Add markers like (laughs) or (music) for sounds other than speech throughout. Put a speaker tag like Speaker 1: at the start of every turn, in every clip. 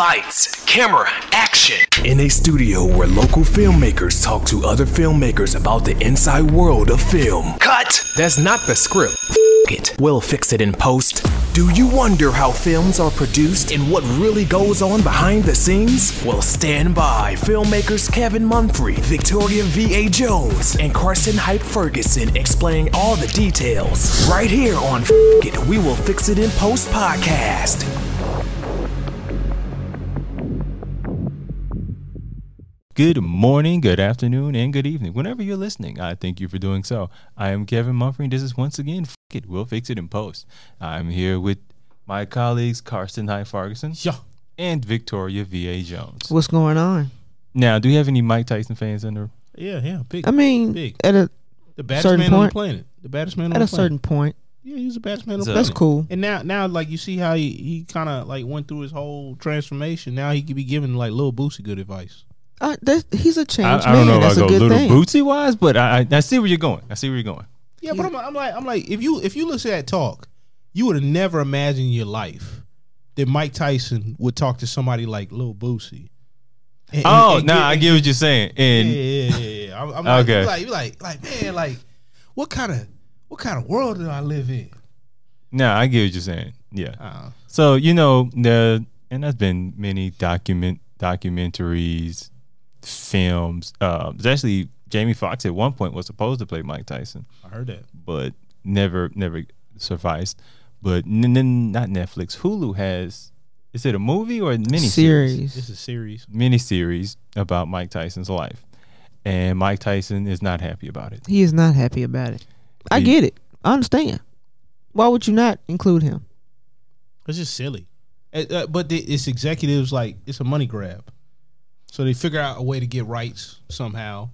Speaker 1: Lights, camera, action.
Speaker 2: In a studio where local filmmakers talk to other filmmakers about the inside world of film.
Speaker 1: Cut.
Speaker 2: That's not the script. F- it. We'll fix it in post. Do you wonder how films are produced and what really goes on behind the scenes? Well, stand by. Filmmakers Kevin Munfrey, Victoria V.A. Jones, and Carson Hype Ferguson explain all the details. Right here on F- It, We Will Fix It in Post podcast.
Speaker 3: Good morning, good afternoon, and good evening. Whenever you're listening, I thank you for doing so. I am Kevin Mumphrey, and this is once again, F it, we'll fix it in post. I'm here with my colleagues, Karsten High Ferguson and Victoria V.A. Jones.
Speaker 4: What's going on?
Speaker 3: Now, do we have any Mike Tyson fans in the
Speaker 5: Yeah, yeah. Big,
Speaker 4: I mean,
Speaker 5: big.
Speaker 4: at a
Speaker 5: The baddest
Speaker 4: certain
Speaker 5: man on
Speaker 4: point-
Speaker 5: the planet. The baddest man on
Speaker 4: at
Speaker 5: the
Speaker 4: a
Speaker 5: planet.
Speaker 4: certain point,
Speaker 5: Yeah, he was the baddest man on
Speaker 3: So-
Speaker 5: the
Speaker 4: that's
Speaker 5: planet.
Speaker 4: cool.
Speaker 5: And now, now, like you see how he, he kind of like went through his whole transformation. Now he could be giving like little Boosie good advice.
Speaker 4: I, that, he's a
Speaker 3: I,
Speaker 4: changed
Speaker 3: I don't
Speaker 4: man.
Speaker 3: know
Speaker 4: That's
Speaker 3: if I go
Speaker 4: a good
Speaker 3: little
Speaker 4: thing.
Speaker 3: bootsy wise, but I, I I see where you're going. I see where you're going.
Speaker 5: Yeah, but I'm, I'm like, I'm like, if you if you listen to that talk, you would have never imagined in your life that Mike Tyson would talk to somebody like Lil Boosie. And- and-
Speaker 3: Oh,
Speaker 5: and
Speaker 3: nah,
Speaker 5: get-
Speaker 3: I get what you're saying. And
Speaker 5: yeah, yeah, yeah, yeah. I'm, I'm like,
Speaker 3: Okay.
Speaker 5: you like, you like, like, man, like, what kind of what kind of world do I live in?
Speaker 3: nah, I get what you're saying. Yeah.
Speaker 4: Uh-uh.
Speaker 5: Uh,
Speaker 3: So you know the and there's been many document documentaries, films. Uh, there's actually Jamie Foxx at one point was supposed to play Mike Tyson,
Speaker 5: I heard that.
Speaker 3: but never never sufficed. But n- n- not Netflix. Hulu has is it a movie or a mini
Speaker 4: Series.
Speaker 5: This is serious.
Speaker 3: Miniseries about Mike Tyson's life, and Mike Tyson is not happy about it.
Speaker 4: He is not happy about it. I
Speaker 3: He-
Speaker 4: get it. I understand. Why would you not include him?
Speaker 5: It's just silly. Uh, uh, but the, it's executives like it's a money grab. So they figure out a way to get rights somehow.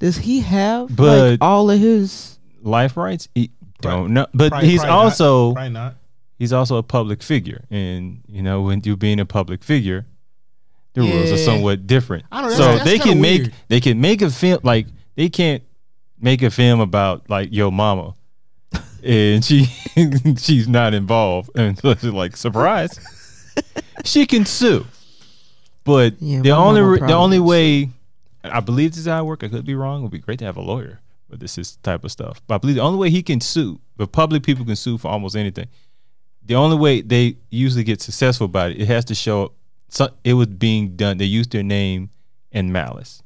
Speaker 4: Does he have
Speaker 3: But-
Speaker 4: like all of his?
Speaker 3: Life rights, he,
Speaker 5: Right.
Speaker 3: don't know. But
Speaker 5: Probably-
Speaker 3: he's
Speaker 5: probably not.
Speaker 3: also
Speaker 5: probably not.
Speaker 3: he's also a public figure, and you know when you being a public figure, the rules are
Speaker 5: Yeah.
Speaker 3: somewhat different.
Speaker 5: I don't know,
Speaker 3: so
Speaker 5: that's- that's
Speaker 3: they
Speaker 5: kinda
Speaker 3: can make
Speaker 5: weird.
Speaker 3: they can make a film like they can't make a film about like your mama, and she (laughs) she's not involved, (laughs) and so she's like surprise, she can sue. But
Speaker 4: Yeah,
Speaker 3: the
Speaker 4: my
Speaker 3: only
Speaker 4: mama
Speaker 3: re- the
Speaker 4: probably
Speaker 3: only
Speaker 4: would
Speaker 3: way I believe this is how I work. I could be wrong. It would be great to have a lawyer for this is type of stuff. But I believe the only way he can sue, the public people can sue for almost anything. The only way they usually get successful about it, it has to show so it was being done. They used their name and malice.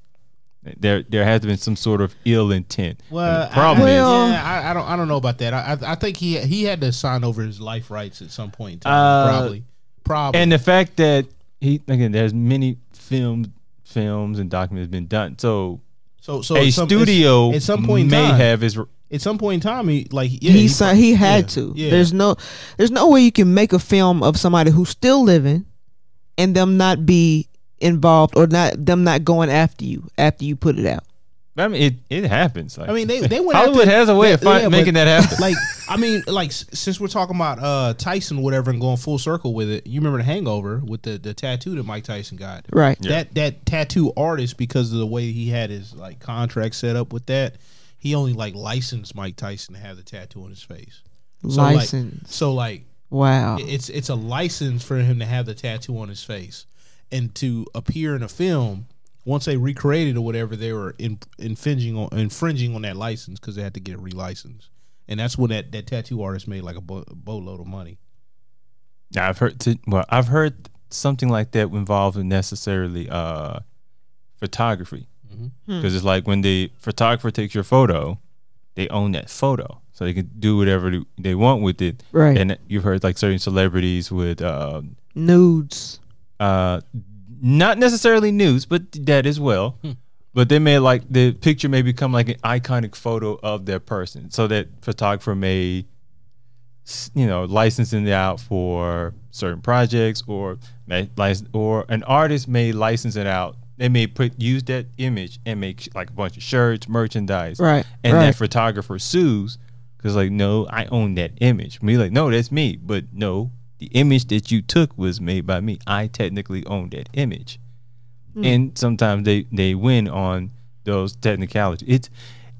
Speaker 3: There, there has been some sort of ill intent. And
Speaker 5: Well,
Speaker 3: the problem
Speaker 5: I,
Speaker 3: is,
Speaker 4: Well-
Speaker 5: yeah, I, I don't, I don't know about that. I, I, I think he he had to sign over his life rights at some point. in time,
Speaker 3: Uh,
Speaker 5: probably, probably.
Speaker 3: and the fact that he again, there's many films, films and documents been done. So
Speaker 5: so, so
Speaker 3: a
Speaker 5: at some-
Speaker 3: studio
Speaker 5: at some point in
Speaker 3: may
Speaker 5: time,
Speaker 3: have his
Speaker 5: at some point in time, he like yeah,
Speaker 4: he si- he had
Speaker 5: yeah,
Speaker 4: to.
Speaker 5: yeah.
Speaker 4: There's no there's no way you can make a film of somebody who's still living, and them not be involved or not them not going after you after you put it out.
Speaker 3: I mean, it, it happens. Like,
Speaker 5: I mean, they- they went
Speaker 3: Hollywood
Speaker 5: after-
Speaker 3: has a way of
Speaker 5: Yeah,
Speaker 3: fin-
Speaker 5: yeah,
Speaker 3: making
Speaker 5: but-
Speaker 3: that happen.
Speaker 5: like I mean, like s- since we're talking about uh Tyson, whatever, and going full circle with it, you remember the Hangover with the the tattoo that Mike Tyson got,
Speaker 4: Right.
Speaker 5: That that tattoo artist, because of the way he had his like contract set up with that, he only like licensed Mike Tyson to have the tattoo on his face. So, like-
Speaker 4: License.
Speaker 5: so like
Speaker 4: wow.
Speaker 5: it's it's a license for him to have the tattoo on his face and to appear in a film once they recreated or whatever they were in, infringing on infringing on that license because they had to get it relicensed and that's when that, that tattoo artist made like a, bo- a boatload of money
Speaker 3: Now, I've heard to, well, I've heard something like that involved in necessarily uh, photography because
Speaker 5: Mhm.
Speaker 3: it's like when the photographer takes your photo, they own that photo, so they can do whatever they- they want with it.
Speaker 4: Right.
Speaker 3: And you've heard like certain celebrities with uh,
Speaker 4: Nudes.
Speaker 3: uh, not necessarily news, but that as well. But they may like the picture may become like an iconic photo of their person, so that photographer may, s- you know, licensing it out for certain projects, or may license, or an artist may license it out. They may put use that image and make like a bunch of shirts, merchandise,
Speaker 4: Right,
Speaker 3: And that
Speaker 4: right.
Speaker 3: photographer sues because like, no, I own that image. Me like, no, that's me, but no, the image that you took was made by me. I technically own that image
Speaker 4: Mm.
Speaker 3: and sometimes they they win on those technicalities. It's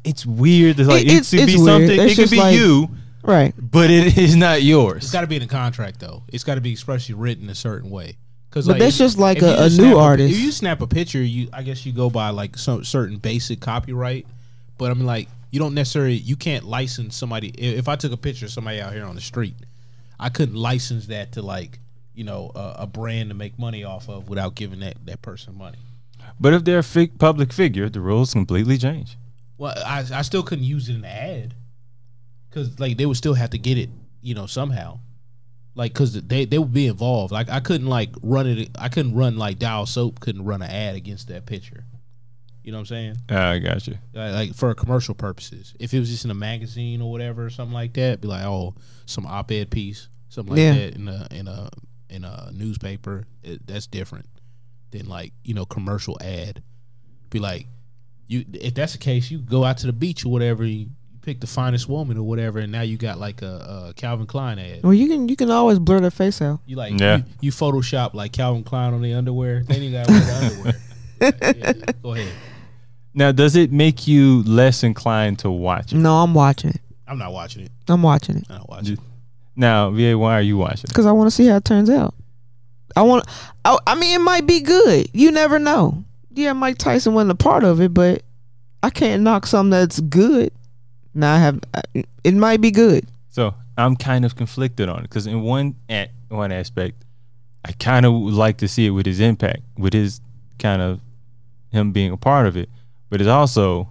Speaker 3: it's weird. It's like it,
Speaker 4: it's-
Speaker 3: could
Speaker 4: it's
Speaker 3: be
Speaker 4: weird.
Speaker 3: something.
Speaker 4: It's
Speaker 3: it could
Speaker 4: just
Speaker 3: be
Speaker 4: like-
Speaker 3: you,
Speaker 4: Right.
Speaker 3: but it (laughs) is not
Speaker 5: it's
Speaker 3: yours.
Speaker 5: got to be in a contract though it's got to be expressly written a certain way Because
Speaker 4: But that's just like a- a new artist.
Speaker 5: If you snap a picture, you I guess you go by like some certain basic copyright. But I mean, like you don't necessarily you can't license somebody. i- If I took a picture of somebody out here on the street, I couldn't license that to like you know a, a brand to make money off of without giving that that person money.
Speaker 3: But if they're a fig- public figure, the rules completely change.
Speaker 5: Well, I I still couldn't use it in the ad because like they would still have to get it, you know, somehow. Like, cause they they would be involved. Like, I couldn't like run it. I couldn't run like Dial Soap couldn't run an ad against that picture. You know what I'm saying?
Speaker 3: Ah, I got you.
Speaker 5: Like, like for commercial purposes. If it was just in a magazine or whatever or something like that, be like, oh, some op-ed piece, something like
Speaker 4: Yeah.
Speaker 5: that in a in a in a newspaper. It, that's different than like you know commercial ad. Be like, you if that's the case, you go out to the beach or whatever. You, you pick the finest woman or whatever, and now you got like a, a Calvin Klein ad.
Speaker 4: Well, you can you can always blur their face out.
Speaker 5: You like
Speaker 3: Yeah.
Speaker 5: you, you Photoshop like Calvin Klein on the underwear. Then you got the underwear. Yeah, Go ahead.
Speaker 3: Now, does it make you less inclined to watch it?
Speaker 4: No, I'm watching it.
Speaker 5: I'm not watching it.
Speaker 4: I'm watching it
Speaker 5: I'm not watching. it.
Speaker 3: Now, VA, why are you watching? it?
Speaker 4: because I want to see how it turns out. I want. I, I mean, it might be good. You never know. Yeah, Mike Tyson wasn't a part of it, but I can't knock something that's good. Now I have. I, it might be good.
Speaker 3: So I'm kind of conflicted on it because in one at one aspect, I kind of would like to see it with his impact, with his kind of him being a part of it. But it's also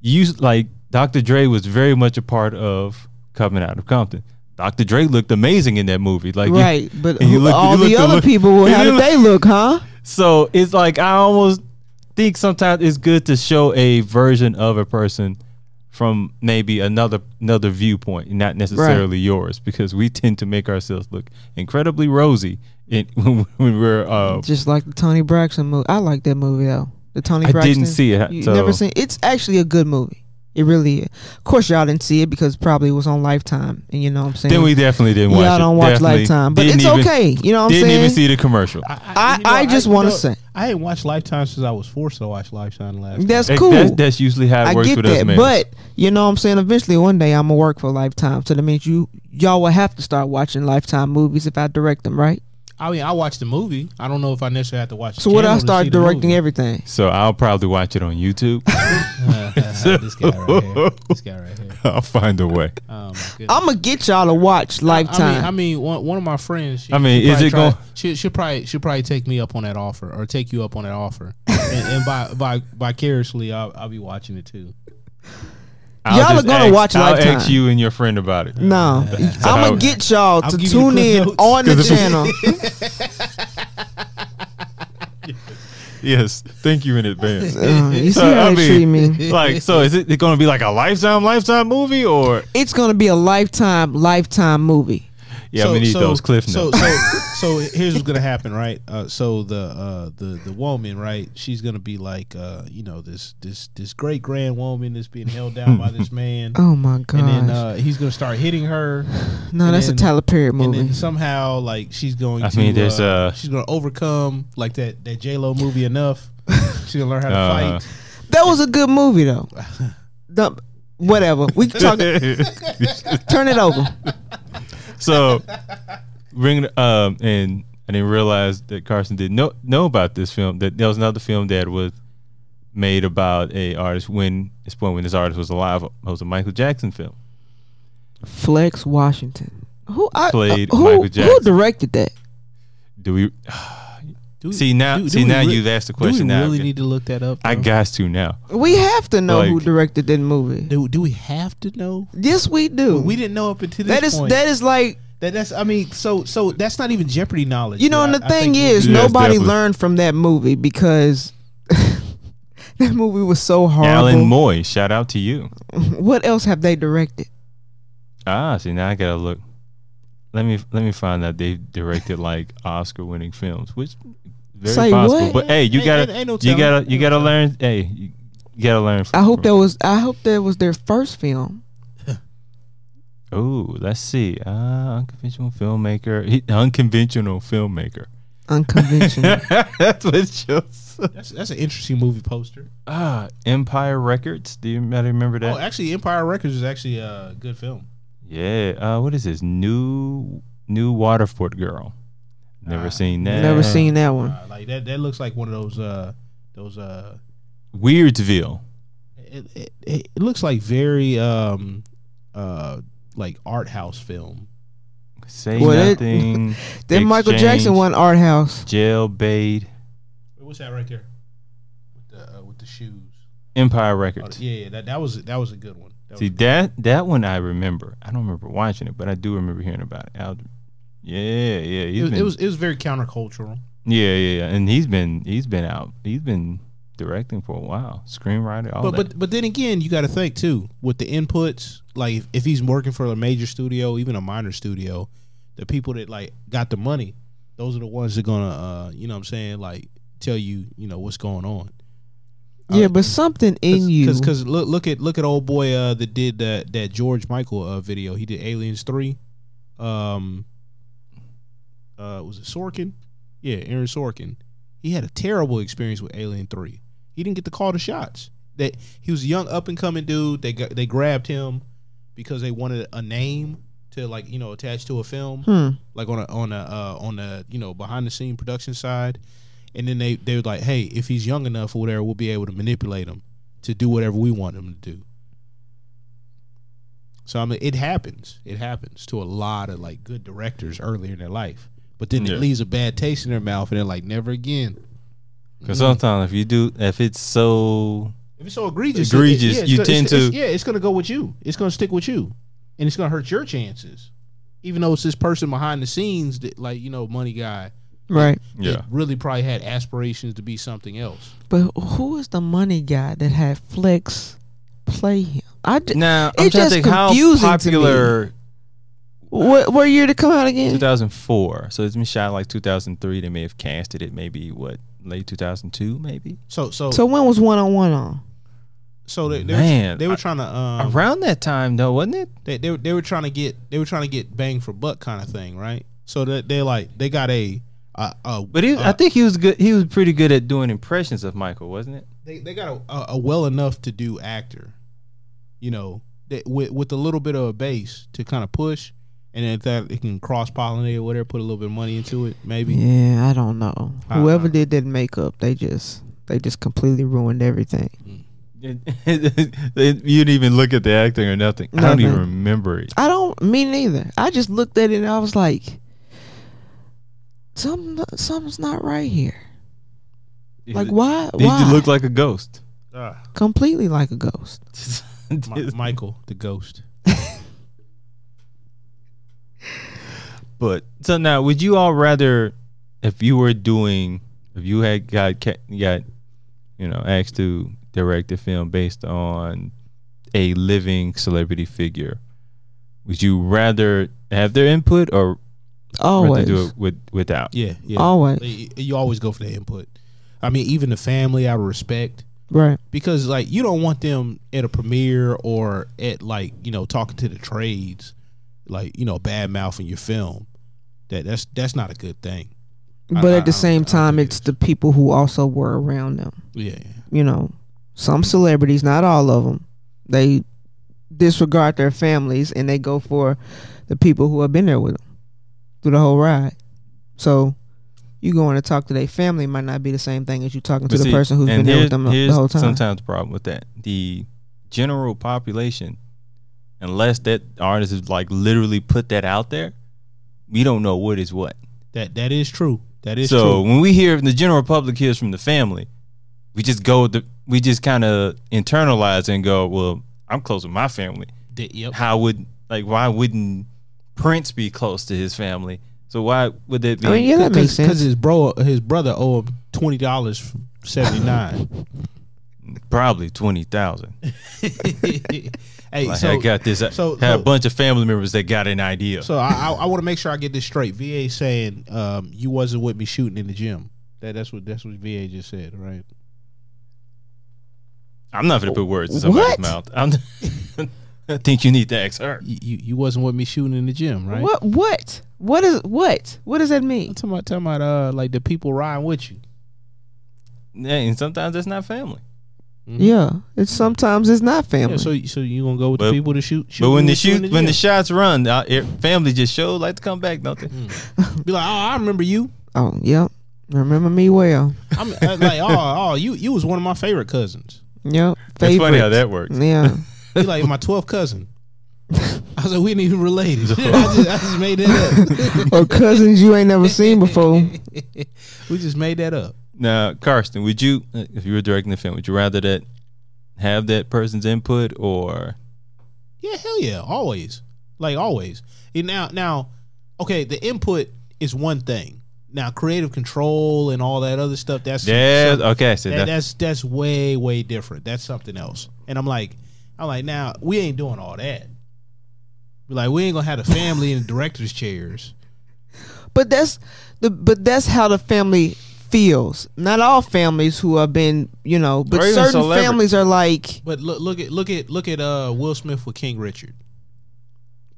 Speaker 3: you s- like Dr. Dre was very much a part of coming out of Compton. Dr. Dre looked amazing in that movie, like you-
Speaker 4: Right, but
Speaker 3: and you
Speaker 4: who-
Speaker 3: look- you
Speaker 4: all
Speaker 3: look
Speaker 4: the
Speaker 3: to
Speaker 4: other
Speaker 3: look-
Speaker 4: people,
Speaker 3: and
Speaker 4: how
Speaker 3: (laughs) you
Speaker 4: did
Speaker 3: look-
Speaker 4: they look, huh?
Speaker 3: So it's like I almost think sometimes it's good to show a version of a person from maybe another another viewpoint, not necessarily yours, because we tend to make ourselves look incredibly rosy in, (laughs) when, when we're. Uh,
Speaker 4: Just like the Tony Braxton movie. I like that movie though. The Tony
Speaker 3: I
Speaker 4: Braxton.
Speaker 3: didn't see it,
Speaker 4: You
Speaker 3: so-
Speaker 4: never seen? It's actually a good movie. It really is. Of course, y'all didn't see it because probably it was on Lifetime, and you know what I'm saying.
Speaker 3: then we definitely didn't watch.
Speaker 4: y'all
Speaker 3: it.
Speaker 4: don't watch
Speaker 3: Definitely
Speaker 4: Lifetime, but
Speaker 3: didn't
Speaker 4: it's
Speaker 3: even-
Speaker 4: okay. You know what I'm
Speaker 3: Didn't
Speaker 4: saying.
Speaker 3: even see the commercial.
Speaker 4: I- I just
Speaker 5: you
Speaker 4: wanna
Speaker 5: know,
Speaker 4: say-
Speaker 5: I ain't watched Lifetime since I was forced to watch Lifetime last. night.
Speaker 4: That's
Speaker 3: That-
Speaker 4: cool.
Speaker 3: That's, that's usually how it
Speaker 4: I
Speaker 3: works
Speaker 4: get
Speaker 3: with us,
Speaker 4: that,
Speaker 3: man.
Speaker 4: but you know what I'm saying. Eventually, one day I'm gonna work for Lifetime, so that means you y'all will have to start watching Lifetime movies if I direct them, right?
Speaker 5: I mean, I watched the movie. I don't know if I necessarily have to watch. the
Speaker 4: So what
Speaker 5: channel
Speaker 4: I
Speaker 5: to see
Speaker 4: start
Speaker 5: the
Speaker 4: directing
Speaker 5: movie.
Speaker 4: everything?
Speaker 3: so I'll probably watch it on
Speaker 4: (laughs)
Speaker 3: YouTube.
Speaker 5: this guy right here. This guy right here.
Speaker 3: I'll find a way.
Speaker 5: Oh my goodness.
Speaker 4: I'm gonna get y'all to watch Lifetime.
Speaker 5: I mean, I mean one, one of my friends. She,
Speaker 3: I mean,
Speaker 5: she
Speaker 3: is
Speaker 5: probably
Speaker 3: it
Speaker 5: try-
Speaker 3: gon-
Speaker 5: She she probably she probably take me up on that offer or take you up on that offer, and, and by by vicariously, I'll, I'll be watching it too.
Speaker 3: I'll
Speaker 4: Y'all are
Speaker 3: just
Speaker 4: gonna
Speaker 3: ask-
Speaker 4: watch
Speaker 3: I'll
Speaker 4: Lifetime.
Speaker 3: ask you and your friend about it.
Speaker 4: no,
Speaker 5: (laughs)
Speaker 4: I'm
Speaker 3: I'll-
Speaker 4: gonna get y'all
Speaker 5: I'll
Speaker 4: to
Speaker 5: give you the
Speaker 4: tune
Speaker 5: cliff
Speaker 4: in
Speaker 5: notes. (laughs)
Speaker 4: on the
Speaker 3: 'Cause if-
Speaker 4: channel.
Speaker 3: Yes, thank you in
Speaker 4: (laughs)
Speaker 3: advance.
Speaker 4: Uh, you see
Speaker 3: So, (laughs)
Speaker 4: how
Speaker 3: I
Speaker 4: they
Speaker 3: mean-
Speaker 4: treat me.
Speaker 3: like, so is it going to be like a lifetime, lifetime movie, or
Speaker 4: It's gonna be a lifetime, lifetime movie.
Speaker 3: yeah, we need those cliff notes. (laughs)
Speaker 5: So, so, so here's what's gonna happen, right? Uh, so the uh, the the woman, right? She's gonna be like, uh, you know, this this this great grand woman that's being held down
Speaker 3: (laughs)
Speaker 5: by this man,
Speaker 4: Oh my gosh!
Speaker 5: and then uh, he's gonna start hitting her,
Speaker 4: no,
Speaker 5: and
Speaker 4: that's
Speaker 5: then-
Speaker 4: a Tyler Perry
Speaker 5: and
Speaker 4: movie.
Speaker 5: then somehow like she's going.
Speaker 3: I
Speaker 5: to,
Speaker 3: mean, there's, uh,
Speaker 5: she's gonna overcome like that that J Lo movie
Speaker 4: (laughs)
Speaker 5: enough. she's gonna learn how to
Speaker 3: Uh,
Speaker 5: fight.
Speaker 4: that was a good
Speaker 5: (laughs)
Speaker 4: movie though. The- whatever. We can talk. (laughs) turn it over.
Speaker 3: (laughs) so bring it- um, and I didn't realize that Carson didn't know know about this film. That there was another film that was made about a artist when this point when this artist was alive. It was a Michael Jackson film.
Speaker 4: Flex Washington. Who I,
Speaker 3: Played
Speaker 4: uh, who,
Speaker 3: Michael
Speaker 4: who
Speaker 3: Jackson.
Speaker 4: directed that?
Speaker 3: Do we
Speaker 5: Do we-
Speaker 3: see now?
Speaker 5: do- do
Speaker 3: see
Speaker 5: we
Speaker 3: now
Speaker 5: re-
Speaker 3: you've asked the
Speaker 5: Do we
Speaker 3: question. now
Speaker 5: really need to look that up?
Speaker 3: I
Speaker 4: Oh.
Speaker 5: though?
Speaker 3: got to now.
Speaker 4: We have to know who
Speaker 3: Like-
Speaker 4: directed that movie.
Speaker 5: Do, do we have to know?
Speaker 4: Yes, we do.
Speaker 5: We didn't know up until this
Speaker 4: that is
Speaker 5: point.
Speaker 4: that is like
Speaker 5: That that's I mean so so that's not even Jeopardy knowledge.
Speaker 4: you know.
Speaker 5: that
Speaker 4: and the
Speaker 5: I- I
Speaker 4: thing
Speaker 5: think
Speaker 3: Yes,
Speaker 4: is, nobody
Speaker 3: definitely.
Speaker 4: learned from that movie because (laughs) that movie was so horrible.
Speaker 3: Alan Moy, shout out to you.
Speaker 4: (laughs) what else have they directed?
Speaker 3: Ah, see now I gotta look. Let me let me find out they
Speaker 5: (laughs)
Speaker 3: directed like Oscar winning films, which very
Speaker 4: Say
Speaker 3: possible.
Speaker 4: what?
Speaker 3: But hey, you
Speaker 5: Ain't-
Speaker 3: gotta
Speaker 5: ain't- ain't no
Speaker 3: you
Speaker 5: telling.
Speaker 3: gotta you
Speaker 5: Ain't
Speaker 3: gotta learn. Hey, you, you gotta learn. From,
Speaker 4: I hope that was I hope that was their first film.
Speaker 3: Oh, let's see. Ah, unconventional filmmaker. He, unconventional filmmaker. (laughs)
Speaker 4: Unconventional.
Speaker 5: Mm-hmm.
Speaker 3: That's what just.
Speaker 5: That's, that's an interesting movie poster.
Speaker 3: Ah, Empire Records. Do you I remember that?
Speaker 5: Oh, actually, Empire Records is actually a good film.
Speaker 3: yeah. Uh, what is this? New New Waterford Girl. Never
Speaker 5: Ah,
Speaker 3: seen that.
Speaker 4: Never seen that one.
Speaker 5: Uh, like that, that looks like one of those uh those uh
Speaker 3: Weirdsville.
Speaker 5: it, it, it looks like very um uh like art house film.
Speaker 3: Say
Speaker 4: Well,
Speaker 5: (laughs)
Speaker 4: it-
Speaker 3: nothing.
Speaker 4: Then Michael Jackson
Speaker 3: Exchange,
Speaker 4: one art house.
Speaker 3: Jailbait.
Speaker 5: What's that right there? With the uh, with the shoes.
Speaker 3: Empire
Speaker 5: Oh,
Speaker 3: Records.
Speaker 5: yeah, yeah, that that was that was a good one. That was
Speaker 3: See that that one I remember. I don't remember watching it, but I do remember hearing about it. Al- yeah, yeah,
Speaker 5: it,
Speaker 3: he's
Speaker 5: was,
Speaker 3: been,
Speaker 5: it was it was very countercultural.
Speaker 3: yeah, yeah, yeah, and he's been he's been out. He's been directing for a while, screenwriter, all
Speaker 5: But
Speaker 3: that.
Speaker 5: but but then again, you got to think too with the inputs. Like if, if he's working for a major studio, even a minor studio, the people that like got the money, those are the ones that gonna uh you know what I'm saying like tell you you know what's going on.
Speaker 3: Oh.
Speaker 5: Uh,
Speaker 4: Yeah, but something in you.
Speaker 5: Cause, cause look look at look at old boy uh that did that that George Michael uh video. He did Aliens three. Um uh was it Sorkin? Yeah, Aaron Sorkin. He had a terrible experience with Alien Three. He didn't get to call the shots. That he was a young up and coming dude. They got, they grabbed him because they wanted a name to like you know attach to a film
Speaker 4: Hmm.
Speaker 5: like on a on a uh, on a you know behind the scene production side, and then they they were like, hey, if he's young enough or whatever, we'll be able to manipulate him to do whatever we want him to do. So I mean, it happens. It happens to a lot of like good directors earlier in their life, but then
Speaker 3: Yeah.
Speaker 5: it leaves a bad taste in their mouth, and they're like, never again.
Speaker 3: Because sometimes if you do, if it's so,
Speaker 5: If it's so egregious,
Speaker 3: Egregious,
Speaker 5: it's
Speaker 3: you
Speaker 5: gonna-
Speaker 3: tend
Speaker 5: it's- it's-
Speaker 3: to-
Speaker 5: yeah, it's gonna go with you. It's gonna stick with you, and it's gonna hurt your chances, even though it's this person behind the scenes that like you know money guy.
Speaker 4: right.
Speaker 5: that really probably had aspirations to be something else.
Speaker 4: But who is the money guy that had Flex play him? I d-
Speaker 3: Now I'm trying
Speaker 4: It's just
Speaker 3: to think how
Speaker 4: confusing to me.
Speaker 3: popular
Speaker 4: what, what year to come out again?
Speaker 3: 2004. So it's been shot like 2003. They may have casted it maybe what late 2002 maybe.
Speaker 5: So so
Speaker 4: So
Speaker 5: so,
Speaker 4: when was one on one on?
Speaker 5: they, they,
Speaker 3: Man,
Speaker 5: were, they were
Speaker 3: I-
Speaker 5: trying to um
Speaker 3: Around that time though, wasn't it?
Speaker 5: they, they, were- they were trying to get they were trying to get bang for buck kind of thing, right? So that they like they got a a, a
Speaker 3: But he, I
Speaker 5: a-
Speaker 3: think he was good. He was pretty good at doing impressions of Michael, wasn't (laughs) it?
Speaker 5: they, they got a, a, a well enough to do actor, you know, that with with a little bit of a base to kind of push, and then if that it can cross pollinate or whatever, put a little bit of money into it, maybe.
Speaker 4: Yeah, I don't know.
Speaker 5: Uh-uh.
Speaker 4: Whoever did that makeup, they just they just completely ruined everything.
Speaker 3: you didn't even look at the acting or nothing. I don't
Speaker 4: Nothing.
Speaker 3: even remember it.
Speaker 4: I don't me neither. I just looked at it and I was like, something something's not right here. Like why?
Speaker 3: He
Speaker 4: Why?
Speaker 3: looked like a (laughs) ghost.
Speaker 5: Ah,
Speaker 4: completely like a ghost.
Speaker 5: Mi- Michael the ghost.
Speaker 3: but so now, would you all rather, if you were doing, if you had got ca- got, you know, asked to direct a film based on a living celebrity figure, would you rather have their input or rather
Speaker 4: Always,
Speaker 3: do it with without?
Speaker 5: Yeah, yeah.
Speaker 4: always,
Speaker 5: You- you always go for the input. I mean, even the family, I respect.
Speaker 4: right?
Speaker 5: because like you don't want them at a premiere or at like you know talking to the trades like you know bad mouthing your film that that's that's not a good thing I-
Speaker 4: But
Speaker 5: I-
Speaker 4: at the
Speaker 5: I don't- I
Speaker 4: same
Speaker 5: don't
Speaker 4: time,
Speaker 5: think it
Speaker 4: it's the people who also were around them.
Speaker 5: yeah
Speaker 4: you know, some celebrities, not all of them, they disregard their families and they go for the people who have been there with them through the whole ride. So you going to talk to their family might not be the same thing as you talking to
Speaker 3: But
Speaker 4: the
Speaker 3: see,
Speaker 4: person who's
Speaker 3: and
Speaker 4: been there
Speaker 3: here-
Speaker 4: with them the
Speaker 3: here's
Speaker 4: whole time.
Speaker 3: Sometimes the problem with that, the general population, unless that artist is like literally put that out there, we don't know what is what.
Speaker 5: that that is true that is
Speaker 3: so
Speaker 5: true
Speaker 3: when we hear the general public hears from the family, we just go with the we just kind of internalize and go, well, I'm close with my family.
Speaker 5: That- yep
Speaker 3: How would like why wouldn't Prince be close to his family? So why would that be?
Speaker 4: I mean, yeah, that makes sense.
Speaker 5: because his bro his brother owed him twenty dollars seventy
Speaker 3: (laughs)
Speaker 5: nine
Speaker 3: Probably twenty thousand.
Speaker 5: hey
Speaker 3: Like
Speaker 5: so
Speaker 3: I got this.
Speaker 5: so-
Speaker 3: had
Speaker 5: so-
Speaker 3: a bunch of family members that got an idea.
Speaker 5: so I I, I want to make sure I get this straight VA saying um you wasn't with me shooting in the gym that that's what that's what VA just said right
Speaker 3: I'm not gonna put words in somebody's
Speaker 4: What?
Speaker 3: mouth. I'm, (laughs) I think you need to ask her.
Speaker 5: you, you you wasn't with me shooting in the gym right
Speaker 4: What what what is what what does that
Speaker 5: I'm
Speaker 4: mean?
Speaker 5: talking about, talking about uh, like the people riding with you.
Speaker 3: Yeah, and sometimes that's not family.
Speaker 5: Mm-hmm.
Speaker 4: Yeah, it's sometimes it's not family.
Speaker 5: Yeah, so so you gonna go with
Speaker 3: But-
Speaker 5: the people to shoot? shoot
Speaker 3: But when the
Speaker 5: who's shooting
Speaker 3: shoot, when the
Speaker 5: jail?
Speaker 3: shots run, uh, it- family just show like to come back, don't they?
Speaker 5: be like, oh, I remember you.
Speaker 4: oh, yep. Remember me well.
Speaker 5: I'm uh, like, oh, oh, you you was one of my favorite cousins.
Speaker 4: Yep.
Speaker 3: That's funny how
Speaker 4: Favorites.
Speaker 3: that works.
Speaker 4: Yeah.
Speaker 5: You like my twelfth cousin. I was like, we ain't
Speaker 3: (laughs)
Speaker 5: even related. I, just, I just made that up.
Speaker 4: or cousins you
Speaker 3: (laughs)
Speaker 4: ain't never seen before.
Speaker 5: (laughs) we just made that up.
Speaker 3: Now, Karsten, would you, uh, if you were directing the film, would you rather that have that person's input or
Speaker 5: Yeah, hell yeah, always. Like always. And now now okay, the input is one thing. Now creative control and all that other stuff that's
Speaker 3: yeah?
Speaker 5: some-
Speaker 3: Okay, so
Speaker 5: that,
Speaker 3: that,
Speaker 5: that's that's way way different. That's something else. And I'm like I'm like now we ain't doing all that. We're like we ain't going to have the family in the director's chairs.
Speaker 4: But that's the but that's how the family feels. Not all families who have been, you know, but
Speaker 3: Or even
Speaker 4: certain
Speaker 3: celebrity.
Speaker 4: families are like,
Speaker 5: But look look at look at look at uh Will Smith with King Richard.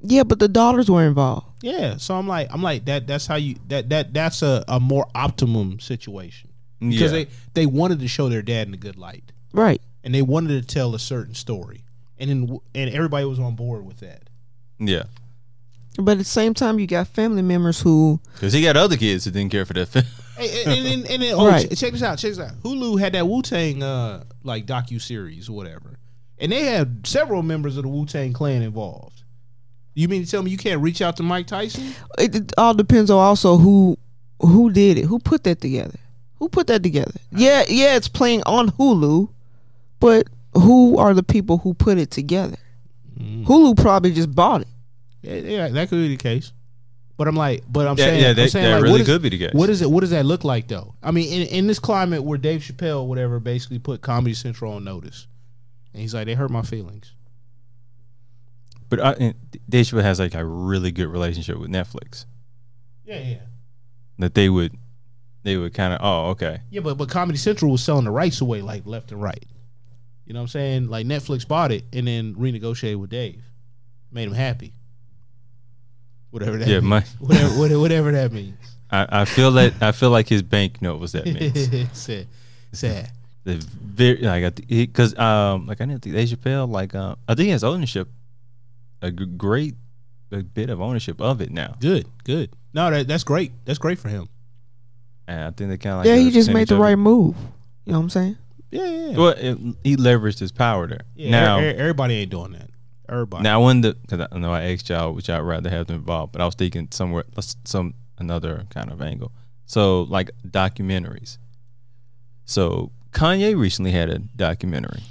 Speaker 4: yeah, but the daughters were involved.
Speaker 5: Yeah, so I'm like I'm like that that's how you that that that's a, a more optimum situation.
Speaker 3: yeah.
Speaker 5: Because they they wanted to show their dad in a good light.
Speaker 4: Right.
Speaker 5: and they wanted to tell a certain story, and then and everybody was on board with that.
Speaker 3: yeah.
Speaker 4: But at the same time you got family members who
Speaker 3: Because he got other kids who didn't care for that (laughs) film.
Speaker 5: And, and, and, and then, oh,
Speaker 4: Right.
Speaker 5: ch- check this out, check this out. Hulu had that Wu Tang uh, like docu series or whatever, and they had several members of the Wu Tang Clan involved. You mean to tell me you can't reach out to Mike Tyson?
Speaker 4: it, it all depends on also who who did it, who put that together, who put that together. Yeah, yeah, it's playing on Hulu, but who are the people who put it together?
Speaker 3: Mm.
Speaker 4: Hulu probably just bought it.
Speaker 5: Yeah, yeah, that could be the case. But I'm like, but I'm
Speaker 3: Yeah,
Speaker 5: saying,
Speaker 3: yeah,
Speaker 5: I'm
Speaker 3: that-
Speaker 5: saying,
Speaker 3: that
Speaker 5: like, what
Speaker 3: really
Speaker 5: is-
Speaker 3: could be the case.
Speaker 5: What is it? What does that look like though? I mean, in, in this climate where Dave Chappelle, whatever, basically put Comedy Central on notice, and he's like, they hurt my feelings.
Speaker 3: But I, and Dave Chappelle has like a really good relationship with Netflix
Speaker 5: Yeah, yeah.
Speaker 3: that they would, they would kind of, oh, okay.
Speaker 5: Yeah, but but Comedy Central was selling the rights away like left and right. You know what I'm saying? Like Netflix bought it and then renegotiated with Dave, made him happy. Whatever that
Speaker 3: Yeah,
Speaker 5: means.
Speaker 3: my-
Speaker 5: (laughs) whatever whatever, whatever that means.
Speaker 3: I, I feel that I feel like his banknote was
Speaker 4: (laughs)
Speaker 3: that means.
Speaker 5: (laughs) sad, sad.
Speaker 3: the very like I because um like I didn't think Dave Chappelle like um I think he has ownership a g- great a bit of ownership of it now
Speaker 5: Good, good. No, that that's great. That's great for him.
Speaker 3: and I think they kind of like
Speaker 4: yeah,
Speaker 3: got a
Speaker 4: he just made
Speaker 3: percentage
Speaker 4: the
Speaker 3: of
Speaker 4: right
Speaker 3: it.
Speaker 4: move. You know what I'm saying?
Speaker 5: Yeah, yeah. yeah.
Speaker 3: well it, he leveraged his power there
Speaker 5: yeah
Speaker 3: now
Speaker 5: e- e- everybody ain't doing that. Everybody.
Speaker 3: now when the because I know I asked y'all which I'd rather have them involved but I was thinking somewhere some another kind of angle so like documentaries so Kanye recently had a documentary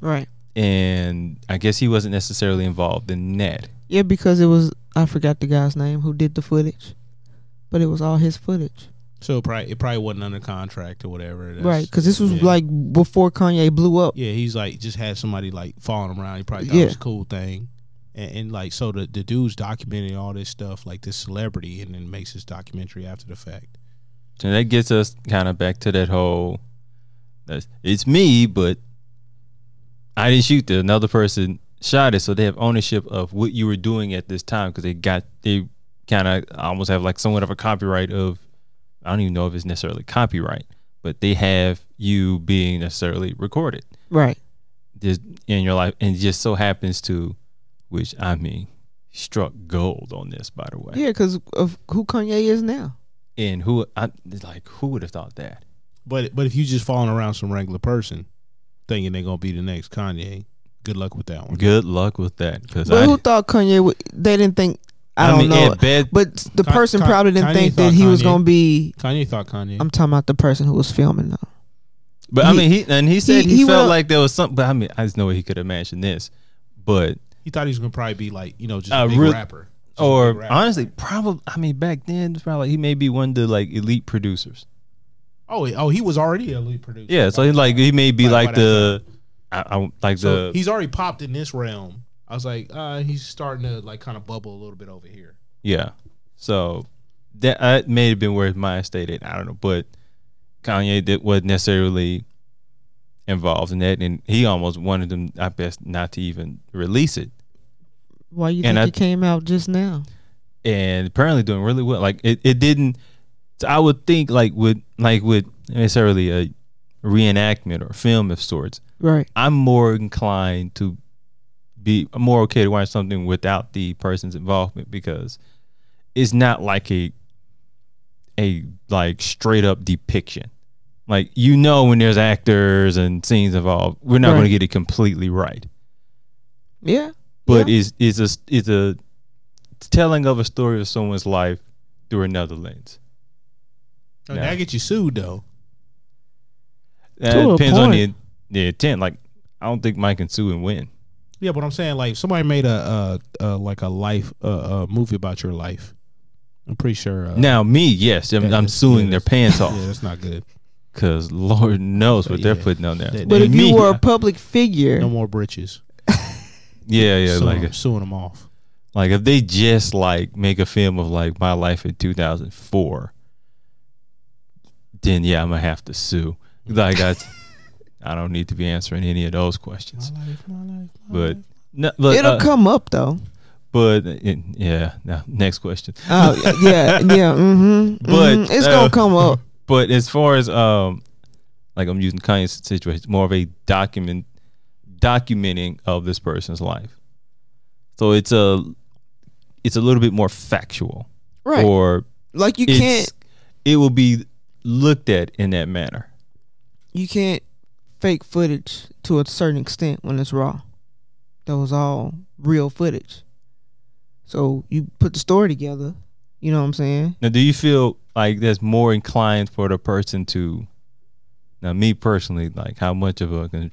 Speaker 4: Right.
Speaker 3: and I guess he wasn't necessarily involved in that
Speaker 4: Yeah, because it was I forgot the guy's name who did the footage, but it was all his footage.
Speaker 5: so it probably it probably wasn't under contract or whatever. That's-
Speaker 4: right, because this was
Speaker 5: yeah.
Speaker 4: like before Kanye blew up.
Speaker 5: Yeah, he's like just had somebody like following him around. He probably thought it was
Speaker 4: Yeah.
Speaker 5: a cool thing. And, and like so the, the dude's documenting all this stuff, like this celebrity, and then makes his documentary after the fact.
Speaker 3: So that gets us kind of back to that whole that's, it's me, but I didn't shoot it. Another person shot it, so they have ownership of what you were doing at this time because they got they kind of almost have like somewhat of a copyright of I don't even know if it's necessarily copyright, but they have you being necessarily recorded
Speaker 4: Right.
Speaker 3: just in your life, and it just so happens to, which I mean, struck gold on this by the way.
Speaker 4: Yeah, because of who Kanye is now.
Speaker 3: And who I like, who would have thought that?
Speaker 5: But but if you just following around some regular person, thinking they're gonna be the next Kanye, good luck with that one.
Speaker 3: Good luck with that, because I,
Speaker 4: But who thought Kanye? Would, they didn't think. I,
Speaker 3: I
Speaker 4: don't
Speaker 3: mean,
Speaker 4: know.
Speaker 3: at bed-
Speaker 4: but the
Speaker 5: Con-
Speaker 4: person
Speaker 5: Con-
Speaker 4: probably didn't
Speaker 5: Kanye
Speaker 4: think
Speaker 5: thought
Speaker 4: that he was
Speaker 5: Kanye-
Speaker 4: gonna be.
Speaker 5: Kanye thought Kanye.
Speaker 4: I'm talking about the person who was filming though.
Speaker 3: but I mean, he and he said
Speaker 4: he-
Speaker 3: he,
Speaker 4: he
Speaker 3: felt
Speaker 4: went-
Speaker 3: like there was something. But I mean, I just know he could imagine this, but
Speaker 5: he thought he was gonna probably be like you know just
Speaker 3: A
Speaker 5: a big
Speaker 3: real-
Speaker 5: rapper. Just a
Speaker 3: Uh, or
Speaker 5: big rapper.
Speaker 3: honestly, probably. I mean, back then, it's probably he may be one of the like elite producers.
Speaker 5: oh he- oh he was already a lead producer.
Speaker 3: Yeah, so he like he may be
Speaker 5: Like,
Speaker 3: like,
Speaker 5: by
Speaker 3: the, I, I like
Speaker 5: So
Speaker 3: the
Speaker 5: he's already popped in this realm. I was like, uh, he's starting to like kind of bubble a little bit over here.
Speaker 3: yeah. So that uh, may have been where my state at. I don't know, but Kanye did, wasn't necessarily involved in that, and he almost wanted them, I best, not to even release it.
Speaker 4: Why you
Speaker 3: And
Speaker 4: think
Speaker 3: I-
Speaker 4: it came out just now?
Speaker 3: and apparently doing really well. Like it, it didn't. so I would think like with like with necessarily a reenactment or film of sorts,
Speaker 4: Right.
Speaker 3: I'm more inclined to be I'm more okay to watch something without the person's involvement because it's not like a a like straight up depiction. Like you know when there's actors and scenes involved, we're not
Speaker 4: Right.
Speaker 3: going to get it completely right.
Speaker 4: Yeah.
Speaker 3: But is is a is a telling of a story of someone's life through another lens.
Speaker 5: I mean,
Speaker 3: Yeah.
Speaker 5: I get you sued though.
Speaker 3: That
Speaker 4: To a
Speaker 3: depends on the the intent. Like I don't think Mike can sue and win.
Speaker 5: Yeah, but I'm saying like if somebody made a uh, uh like a life uh, uh movie about your life. I'm pretty sure. Uh,
Speaker 3: Now me, yes, I'm,
Speaker 5: that-
Speaker 3: I'm
Speaker 5: that's-
Speaker 3: suing their
Speaker 5: yeah, that's-
Speaker 3: pants off.
Speaker 5: Yeah, that's not good.
Speaker 3: Cause Lord knows what they're
Speaker 5: Yeah.
Speaker 3: putting on there.
Speaker 5: They-
Speaker 4: But
Speaker 5: they-
Speaker 4: if
Speaker 3: me.
Speaker 4: you were a public figure,
Speaker 5: No more britches.
Speaker 3: yeah, (laughs) yeah,
Speaker 5: so
Speaker 3: like
Speaker 5: I'm suing them off.
Speaker 3: like if they just like make a film of like my life in 2004, then yeah, I'm gonna have to sue. Like I, I don't need to be answering any of those questions.
Speaker 5: life, my life.
Speaker 3: But no, but,
Speaker 4: it'll
Speaker 3: uh,
Speaker 4: come
Speaker 3: (laughs)
Speaker 4: up though.
Speaker 3: but uh, yeah, no, next question.
Speaker 4: Oh yeah, yeah. Mm-hmm.
Speaker 3: But,
Speaker 4: it's
Speaker 3: uh,
Speaker 4: gonna come up.
Speaker 3: But as far as um, like I'm using Kanye's situation, more of a document documenting of this person's life. So it's a it's a little bit more factual,
Speaker 4: Right.
Speaker 3: or
Speaker 4: like you
Speaker 3: it's
Speaker 4: can't
Speaker 3: it will be looked at in that manner.
Speaker 4: you can't fake footage to a certain extent when it's raw. That was all real footage. So you put the story together. You know what I'm saying?
Speaker 3: Now, do you feel like that's more inclined for the person to? Now, me personally, like how much of a con-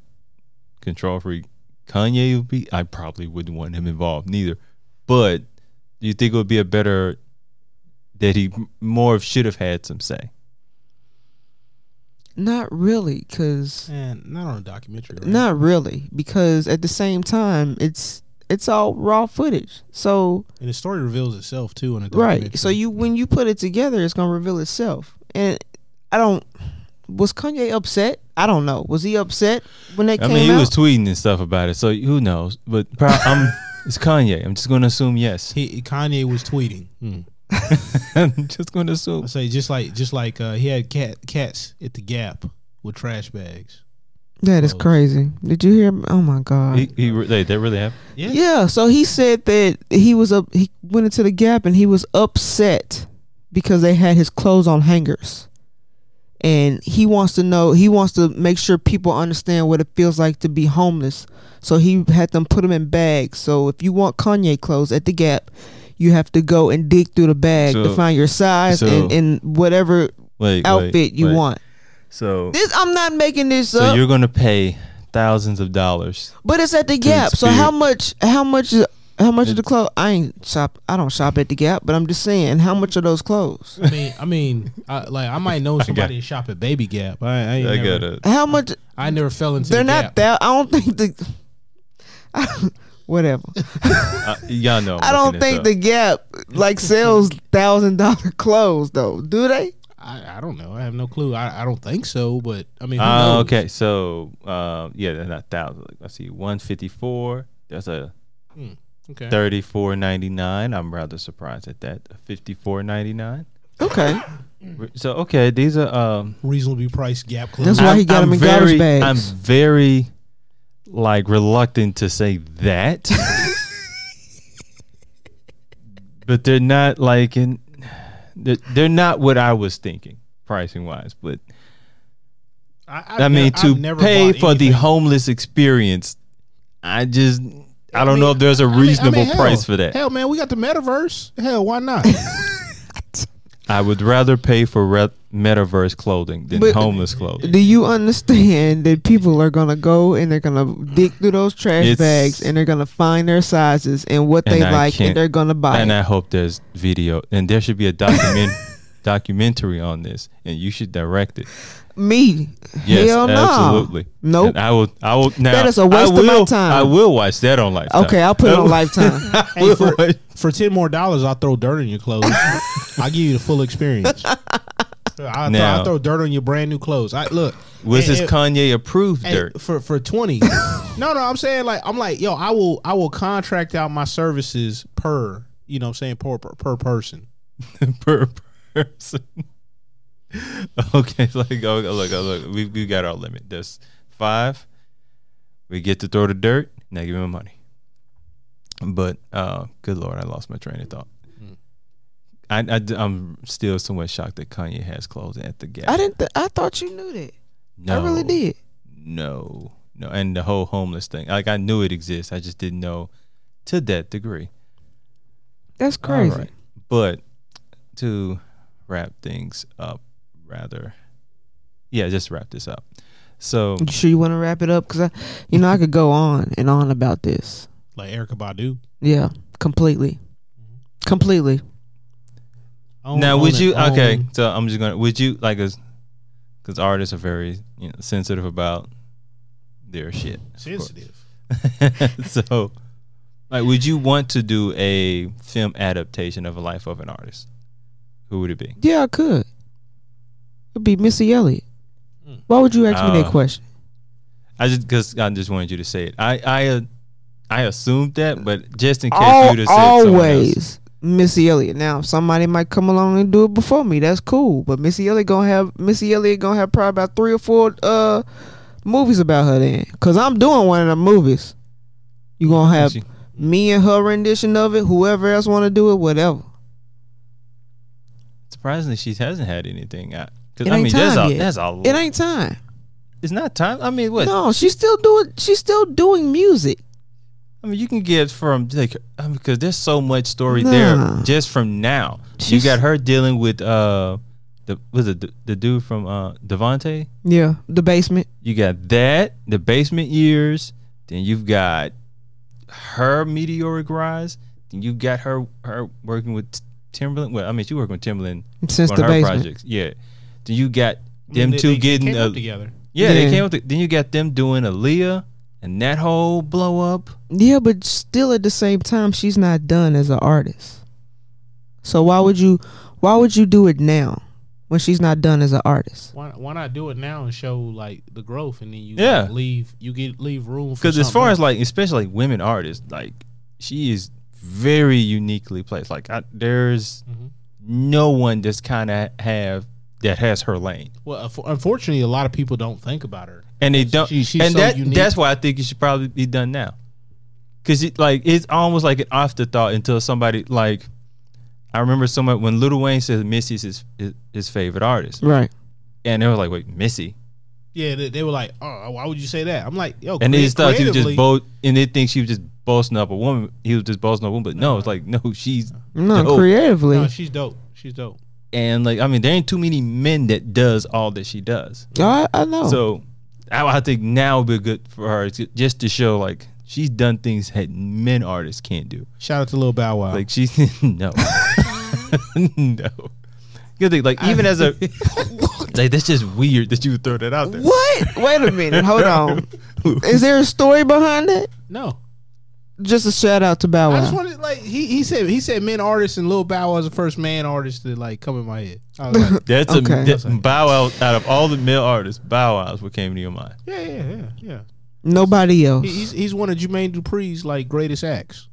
Speaker 3: control freak Kanye would be, I probably wouldn't want him involved neither. But do you think it would be a better that he m- more of should have had some say?
Speaker 4: Not really, cause
Speaker 5: And not on a documentary. Right?
Speaker 4: not really, because at the same time, it's it's all raw footage. So
Speaker 5: And the story reveals itself too in a documentary.
Speaker 4: Right. So you when you put it together, it's gonna reveal itself. And I don't. Was Kanye upset? I don't know. Was he upset when that
Speaker 3: I
Speaker 4: came
Speaker 3: mean, he
Speaker 4: out?
Speaker 3: was tweeting and stuff about it, so who knows? But pro- I'm, it's Kanye. I'm just going to assume yes. (laughs)
Speaker 5: he, Kanye was tweeting.
Speaker 3: Mm. I'm just going to assume.
Speaker 5: I say just like just like uh, he had cat cats at the Gap with trash bags.
Speaker 4: that is crazy. Did you hear? Oh my god.
Speaker 3: He, he re- they, that really happened.
Speaker 4: yeah. So he said that he was up. He went into the Gap and he was upset because they had his clothes on hangers. And he wants to know. He wants to make sure people understand what it feels like to be homeless. So he had them put them in bags. So if you want Kanye clothes at the Gap, you have to go and dig through the bag
Speaker 3: So-
Speaker 4: to find your size
Speaker 3: so-
Speaker 4: and, and whatever
Speaker 3: Wait, wait,
Speaker 4: outfit you
Speaker 3: wait.
Speaker 4: want.
Speaker 3: So
Speaker 4: This I'm not making this
Speaker 3: So
Speaker 4: up.
Speaker 3: you're going to pay thousands of dollars.
Speaker 4: But it's at the Gap. So
Speaker 3: Spirit.
Speaker 4: how much? How much? is- How much of the clothes? I ain't shop. I don't shop at the Gap. But I'm just saying, how much are those clothes?
Speaker 5: I mean, I mean, I, like I might
Speaker 3: (laughs)
Speaker 5: know somebody to shop at Baby Gap. I, I, ain't
Speaker 3: I
Speaker 5: never,
Speaker 3: got it.
Speaker 4: How much?
Speaker 5: I never fell into.
Speaker 4: They're
Speaker 5: the
Speaker 4: not
Speaker 5: Gap.
Speaker 4: that. I don't think the. (laughs)
Speaker 3: (laughs)
Speaker 4: whatever.
Speaker 3: Uh, y'all
Speaker 4: (laughs)
Speaker 3: know. I'm
Speaker 4: I don't
Speaker 3: looking
Speaker 4: think the
Speaker 3: this
Speaker 4: Gap
Speaker 3: (laughs)
Speaker 4: like sells thousand dollar clothes though. Do they?
Speaker 5: I, I don't know. I have no clue. I, I don't think so. But I mean, who
Speaker 3: up. Oh,
Speaker 5: knows?
Speaker 3: okay. So, uh, yeah, they're not thousands. I see 154. That's a
Speaker 5: okay.
Speaker 3: 34.99. I'm rather surprised at that. A 54.99.
Speaker 4: Okay. Hmm.
Speaker 3: So, okay, these are. Um,
Speaker 5: Reasonably priced Gap clothes.
Speaker 4: That's why he got them in
Speaker 3: very,
Speaker 4: garbage bags.
Speaker 3: I'm very like reluctant to say
Speaker 4: (laughs)
Speaker 3: that, but they're not like in. They're, they're not what I was thinking pricing wise, but
Speaker 5: I, I've
Speaker 3: I mean,
Speaker 5: nev- I've
Speaker 3: to
Speaker 5: never
Speaker 3: pay
Speaker 5: bought
Speaker 3: for the
Speaker 5: anything.
Speaker 3: homeless experience, I just I don't
Speaker 5: mean,
Speaker 3: know if there's a
Speaker 5: I mean- I mean,
Speaker 3: reasonable
Speaker 5: hell-
Speaker 3: price for that.
Speaker 5: Hell, man, we got the metaverse. Hell, why (laughs) not?
Speaker 3: I would rather pay for re- metaverse clothing than
Speaker 4: But-
Speaker 3: homeless clothing.
Speaker 4: Do you understand that people are gonna go and they're gonna dig through those trash
Speaker 3: It's-
Speaker 4: bags and they're gonna find their sizes and what they
Speaker 3: And I
Speaker 4: like
Speaker 3: can't-
Speaker 4: and they're gonna buy.
Speaker 3: And
Speaker 4: it.
Speaker 3: I hope there's video, and there should be a
Speaker 4: (laughs)
Speaker 3: document documentary on this, and you should direct it.
Speaker 4: Me?
Speaker 3: Yes,
Speaker 4: Hell no.
Speaker 3: absolutely.
Speaker 4: Nope.
Speaker 3: And I will. I will. Now,
Speaker 4: That is a waste
Speaker 3: I
Speaker 4: of my
Speaker 3: will-
Speaker 4: time.
Speaker 3: I will watch that on Lifetime.
Speaker 4: Okay,
Speaker 3: (laughs)
Speaker 4: I'll put it on Lifetime.
Speaker 3: I will
Speaker 5: Hey, for,
Speaker 3: watch-
Speaker 5: for ten more dollars, I'll throw dirt on your clothes. I'll give you the full (laughs) experience. I'll, throw,
Speaker 3: Now-
Speaker 5: I'll throw dirt on your brand new clothes. I look.
Speaker 3: Was
Speaker 5: and-
Speaker 3: this
Speaker 5: and-
Speaker 3: Kanye approved
Speaker 5: and
Speaker 3: dirt?
Speaker 5: for for (laughs) twenty? no, no. I'm saying like I'm like yo. I will I will contract out my services
Speaker 3: (laughs)
Speaker 5: per you know what I'm saying per per, per person.
Speaker 3: per person. Okay, (laughs) it's like oh, look, oh, look, we we got our limit. That's five. We get to throw the dirt. Now give me my money. But uh, good lord, I lost my train of thought.
Speaker 4: Hmm.
Speaker 3: I, I am still somewhat shocked that Kanye has closed at the gap.
Speaker 4: I didn't. Th- I thought you knew that. I really
Speaker 3: No.
Speaker 4: did.
Speaker 3: No, no, and the whole homeless thing. Like I knew it exists. I just didn't know to that degree.
Speaker 4: That's crazy.
Speaker 3: All right. But to wrap things up, rather, yeah, just wrap this up. So
Speaker 4: You sure you want to wrap it up? Cause I, you know, I could go on and on about this.
Speaker 5: Like Erica Badu.
Speaker 4: Yeah, completely, completely.
Speaker 5: Own-
Speaker 3: now,
Speaker 5: own
Speaker 3: would
Speaker 5: it,
Speaker 3: you?
Speaker 5: own-
Speaker 3: Okay, so I'm just gonna. Would you like us? Because artists are very you know, sensitive about their shit. of course.
Speaker 5: Sensitive.
Speaker 3: (laughs) so, like, would you want to do a film adaptation of a life of an artist? Who would it be?
Speaker 4: Yeah, I could. It'd be Missy Elliott. Why would you ask me that
Speaker 3: Oh.
Speaker 4: question?
Speaker 3: I just because I just wanted you to say it. I I uh, I assumed that, but just in case
Speaker 4: Al-
Speaker 3: you'd have said someone else.
Speaker 4: always Missy Elliott. Now, if somebody might come along and do it before me, that's cool. But Missy Elliott gonna have Missy Elliott gonna have probably about three or four uh movies about her then, cause I'm doing one of the movies. You gonna have
Speaker 3: She-
Speaker 4: me and her rendition of it. Whoever else want to do it, whatever.
Speaker 3: surprisingly, she hasn't had anything. I, cause,
Speaker 4: It
Speaker 3: I
Speaker 4: ain't
Speaker 3: mean,
Speaker 4: time
Speaker 3: that's a,
Speaker 4: yet.
Speaker 3: that's a
Speaker 4: It ain't time.
Speaker 3: It's not time. I mean, what?
Speaker 4: No, she's still doing. She's still doing music.
Speaker 3: I mean, you can get from like I mean, because there's so much story
Speaker 4: Nah.
Speaker 3: there just from now.
Speaker 4: She's-
Speaker 3: you got her dealing with uh, the was it the, the dude from uh Devante?
Speaker 4: Yeah, the basement.
Speaker 3: You got that the basement years. Then you've got her meteoric rise. Then you got her her working with Timberland. Well, I mean, she working with Timberland
Speaker 4: Since
Speaker 3: on
Speaker 4: the
Speaker 3: her
Speaker 4: basement.
Speaker 3: projects. Yeah. Then you got
Speaker 5: I mean,
Speaker 3: them
Speaker 5: they-
Speaker 3: two
Speaker 5: they- they
Speaker 3: getting
Speaker 5: came
Speaker 3: a,
Speaker 5: up together.
Speaker 3: yeah,
Speaker 4: Yeah.
Speaker 3: They came up. To, then you got them doing Aaliyah and that whole blow up.
Speaker 4: Yeah, but still at the same time, she's not done as an artist. So why would you why would you do it now when she's not done as an artist?
Speaker 5: Why, why not do it now and show like the growth, and then you
Speaker 3: Yeah.
Speaker 5: like, leave you get leave room for
Speaker 3: Because as far
Speaker 5: something
Speaker 3: as like, especially like women artists, like she is very uniquely placed. Like I, there's
Speaker 5: Mm-hmm.
Speaker 3: no one that's kind of have that has her lane,
Speaker 5: else. well, unfo- unfortunately, a lot of people don't think about her.
Speaker 3: and they don't.
Speaker 5: She- she's
Speaker 3: and
Speaker 5: so
Speaker 3: that
Speaker 5: unique.
Speaker 3: that's why I think it should probably be done now. Because it, like it's almost like an afterthought until somebody like. I remember someone when Little Wayne says Missy's his, his his favorite artist,
Speaker 4: Right.
Speaker 3: and they were like, "Wait, Missy,"
Speaker 5: Yeah, they, they were like, "Oh, why would you say that?" I'm like, "Yo,"
Speaker 3: and they
Speaker 5: crea-
Speaker 3: just thought she was
Speaker 5: creatively-
Speaker 3: just boast, and they think she was just boasting up a woman. He was just boasting up a woman, but no, it's like no, she's
Speaker 4: No,
Speaker 3: dope.
Speaker 4: creatively.
Speaker 5: Oh. No, she's dope. She's dope.
Speaker 3: and like I mean, there ain't too many men that does all that she does.
Speaker 4: I, I know.
Speaker 3: So I, I think now would be good for her to- just to show like she's done things that men artists can't do.
Speaker 5: Shout out to Lil Bow
Speaker 4: Oh.
Speaker 5: Wow.
Speaker 3: Like she's (laughs) no, no. Good thing, like even
Speaker 4: (laughs)
Speaker 3: as a like that's just weird that you would throw that out there.
Speaker 4: what? Wait a minute.
Speaker 5: (laughs)
Speaker 4: Hold on. Is there a story behind it?
Speaker 5: no,
Speaker 4: Just a shout out to Bow
Speaker 5: I just
Speaker 4: Wow.
Speaker 5: wanted like he, he said he said men artists and Lil Bow Wow was the first man artist to like come in my head. I
Speaker 3: (laughs)
Speaker 5: was like,
Speaker 3: That's
Speaker 4: Okay.
Speaker 3: a that, bow out out of all the male artists. Bow Wow's what came to your mind.
Speaker 5: yeah, yeah, yeah, yeah.
Speaker 4: Nobody else.
Speaker 5: He, he's he's one of Jermaine Dupri's like greatest acts.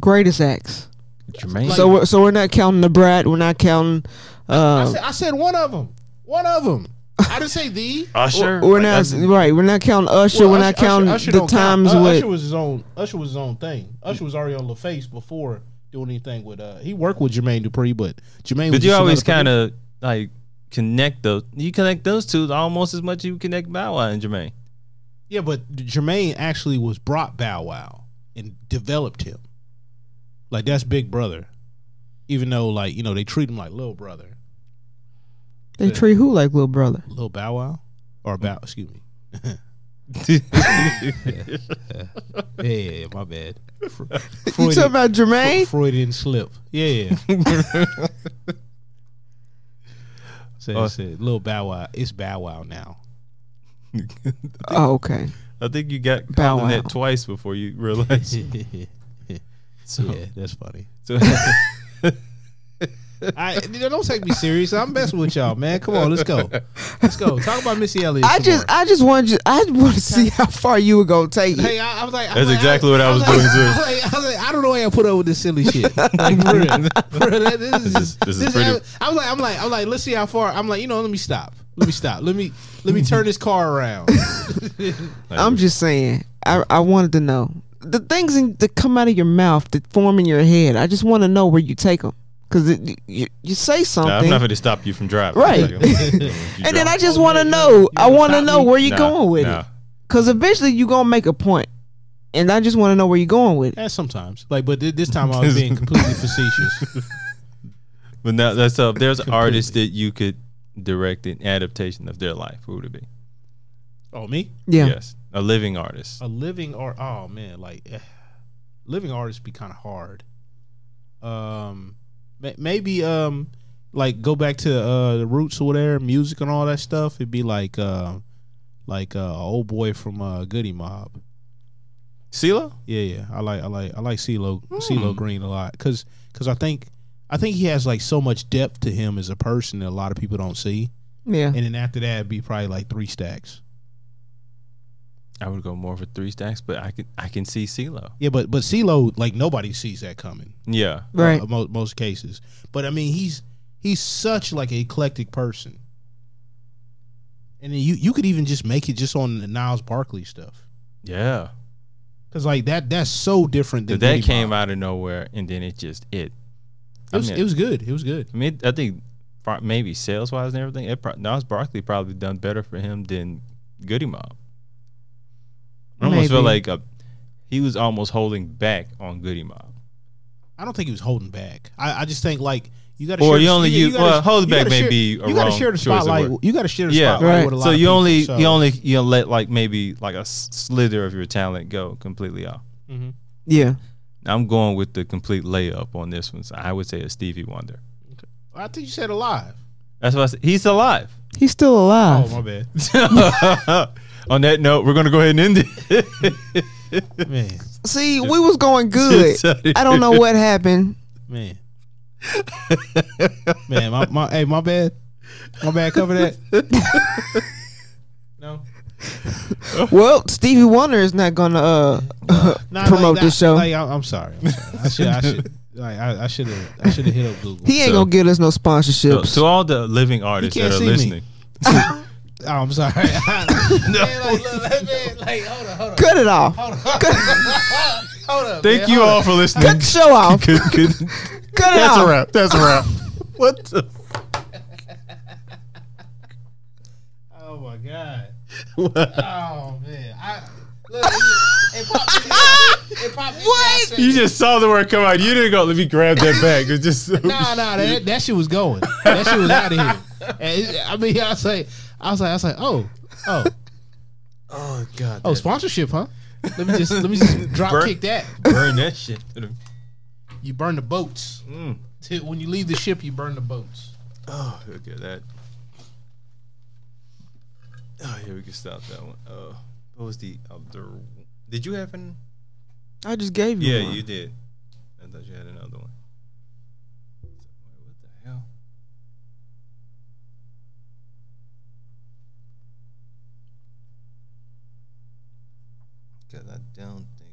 Speaker 4: Greatest acts.
Speaker 3: Jermaine.
Speaker 4: so we're, so we're not counting the brat. We're not counting.
Speaker 5: I
Speaker 4: Uh,
Speaker 5: said, I said one of them. One of them. I didn't say (laughs) the.
Speaker 3: Usher.
Speaker 4: we're
Speaker 3: Like,
Speaker 4: not
Speaker 3: that's-
Speaker 4: right. We're not counting Usher.
Speaker 5: Well,
Speaker 4: we're not
Speaker 5: Usher-
Speaker 4: counting
Speaker 5: Usher- Usher
Speaker 4: the
Speaker 5: don't count.
Speaker 4: times
Speaker 5: Uh,
Speaker 4: with.
Speaker 5: Usher was his own. Usher was his own thing. Usher was already on LaFace before doing anything with. uh He worked with Jermaine Dupri, but Jermaine.
Speaker 3: But
Speaker 5: was
Speaker 3: you
Speaker 5: just
Speaker 3: always
Speaker 5: another
Speaker 3: kind of like connect those. You connect those two almost as much as you connect Bow Wow and
Speaker 4: (laughs)
Speaker 3: Jermaine.
Speaker 5: Yeah, but Jermaine actually was brought Bow Wow and developed him. Like that's Big Brother, even though like you know they treat him like little brother,
Speaker 4: they treat who like little brother?
Speaker 5: little Bow Wow, or Bow. Excuse me. Yeah, yeah, yeah, my bad. (laughs)
Speaker 4: You talking about Jermaine?
Speaker 5: Freudian slip. (laughs) Yeah. so
Speaker 3: Uh,
Speaker 5: it's a little Bow Wow. It's Bow Wow (laughs) now.
Speaker 4: Oh, okay.
Speaker 3: I think you got
Speaker 4: Bow
Speaker 3: called in
Speaker 4: Wow.
Speaker 3: that twice before you
Speaker 4: (laughs)
Speaker 3: realized. So,
Speaker 5: yeah, that's funny.
Speaker 3: so
Speaker 5: I don't take me serious. I'm messing with y'all, man. Come on, let's go. Let's go. Talk about Missy Elliott.
Speaker 4: I
Speaker 5: some
Speaker 4: just,
Speaker 5: more.
Speaker 4: I just wanted, you, I want to see how far you were gonna take it.
Speaker 5: hey, I, I was like, I
Speaker 3: That's
Speaker 5: was like-
Speaker 3: exactly what I was
Speaker 5: like-
Speaker 3: doing, too.
Speaker 5: I was like, I was like, I I don't know why I put up with this silly (laughs) shit. Like for
Speaker 3: (laughs)
Speaker 5: real, for real that, this is just-
Speaker 3: this is
Speaker 5: this is-
Speaker 3: pretty-
Speaker 5: I, was like, I'm like, I'm like, let's see how far. I'm like, you know, let me stop. Let me stop. Let me let me turn this car (laughs) around.
Speaker 4: I'm just saying. I, I wanted to know the things in, that come out of your mouth that form in your head. I just want to know where you take them because you, you say
Speaker 3: Nah, I'm
Speaker 4: something,
Speaker 3: not going to stop you from driving.
Speaker 4: Right.
Speaker 3: Like,
Speaker 4: (laughs)
Speaker 3: you
Speaker 4: and then I
Speaker 3: driving.
Speaker 4: just want to know. I
Speaker 5: gonna
Speaker 4: want to
Speaker 5: stop
Speaker 4: know
Speaker 5: me?
Speaker 4: where you're
Speaker 3: Nah,
Speaker 4: going with
Speaker 3: nah.
Speaker 4: it because eventually you're gonna make a point, and I just want to know where you're going with it.
Speaker 5: Yeah, Eh, sometimes. Like, but thi- this time I was being completely facetious.
Speaker 3: But now that's up. There's artists that you could direct an adaptation of their life. Who would it be?
Speaker 5: Oh, me?
Speaker 4: Yeah.
Speaker 3: Yes, a living artist.
Speaker 5: A living art. Oh man, like eh, living artists be kind of hard. Um, ma- maybe um, like go back to uh the roots or whatever, music and all that stuff. It'd be like uh, like uh, old boy from uh Goody Mob.
Speaker 3: CeeLo?
Speaker 5: Yeah, yeah. I like I like I like CeeLo CeeLo Green a lot because I think I think he has like so much depth to him as a person that a lot of people don't see.
Speaker 4: Yeah,
Speaker 5: And then after that, it'd be probably like three stacks.
Speaker 3: I would go more for three stacks, but I can I can see CeeLo.
Speaker 5: Yeah, but but CeeLo like nobody sees that coming.
Speaker 3: Yeah,
Speaker 4: right.
Speaker 5: uh, mo- most cases. But I mean, he's he's such like an eclectic person, and then you you could even just make it just on the Niles Barkley stuff
Speaker 3: yeah.
Speaker 5: because like that that's so different than
Speaker 3: But that
Speaker 5: Goody
Speaker 3: came
Speaker 5: Mob.
Speaker 3: out of nowhere, and then it just it.
Speaker 5: It was,
Speaker 3: I mean-
Speaker 5: it was good. It was good.
Speaker 3: I mean, I think pro- maybe sales wise and everything, it pro- Nas Barkley probably done better for him than Goody Mob. I almost feel
Speaker 4: Maybe.
Speaker 3: like a, he was almost holding back on Goody Mob.
Speaker 5: I don't think he was holding back. I, I just think like you got to
Speaker 3: Or you only use- well, hold back may
Speaker 5: share,
Speaker 3: be a
Speaker 5: you gotta
Speaker 3: wrong
Speaker 5: share the
Speaker 3: choice of
Speaker 5: spotlight.
Speaker 3: word.
Speaker 5: You got to share the
Speaker 3: Yeah,
Speaker 5: spotlight
Speaker 4: Right.
Speaker 5: with a lot.
Speaker 3: So
Speaker 5: of
Speaker 3: you
Speaker 5: people,
Speaker 3: only
Speaker 5: so-
Speaker 3: you only you know, let like maybe like a s- slither of your talent go completely off.
Speaker 4: Yeah,
Speaker 3: I'm going with the complete layup on this one. So I would say a Stevie Wonder.
Speaker 5: I think you said alive.
Speaker 3: That's why I said he's alive. (laughs)
Speaker 4: he's still
Speaker 5: Oh
Speaker 4: alive.
Speaker 5: my bad,
Speaker 3: on that note, we're gonna go ahead and end it.
Speaker 5: (laughs)
Speaker 3: (laughs)
Speaker 5: man,
Speaker 4: See, we was going good. I don't know what happened.
Speaker 5: man, man. My, my hey, my bad, my bad. Cover that. no.
Speaker 4: Well, Stevie Wonder is not gonna uh, (laughs)
Speaker 5: Nah,
Speaker 4: promote
Speaker 5: like,
Speaker 4: this
Speaker 5: nah,
Speaker 4: show.
Speaker 5: Like, I, I'm sorry. I'm sorry. I should. I should. Like, I should have. I should have hit up Google.
Speaker 4: he ain't
Speaker 3: So-
Speaker 4: gonna give us no
Speaker 3: So,
Speaker 4: sponsorships.
Speaker 3: to all the living artists
Speaker 5: can't
Speaker 3: that are
Speaker 5: see me.
Speaker 3: (laughs) listening,
Speaker 5: Oh, I'm sorry. (laughs) Man, like, look, man, like, hold on, hold on,
Speaker 4: Cut it off.
Speaker 5: hold on.
Speaker 3: thank
Speaker 5: man,
Speaker 3: you
Speaker 5: hold on.
Speaker 3: all for listening.
Speaker 4: Cut
Speaker 3: (laughs)
Speaker 4: the show off.
Speaker 3: Good-
Speaker 4: Cut
Speaker 3: good-
Speaker 4: it
Speaker 3: That's
Speaker 4: off.
Speaker 3: a wrap. That's a wrap. (laughs) what the?
Speaker 5: Oh my god. Oh man. I look. It, it popped in here. It popped in here. I said-
Speaker 3: You just saw the word come out. You didn't go. Let me grab that back. It's just (laughs)
Speaker 5: Nah, nah, that, that shit was going. That shit was out of here. And it- I mean, I was like, I was like, I was like, oh, oh,
Speaker 3: oh god.
Speaker 5: oh, sponsorship, huh? Let me just, let me just drop
Speaker 3: Burn.
Speaker 5: kick that.
Speaker 3: (laughs) burn that shit.
Speaker 5: You burn the boats. When you leave the ship, you burn the boats.
Speaker 3: Oh, look at that. Oh, yeah, we can stop that one. Oh, what was the other? one? Did you have an?
Speaker 4: I just gave you.
Speaker 3: Yeah,
Speaker 4: one.
Speaker 3: you did. I thought you had another one. What the hell? God, I don't think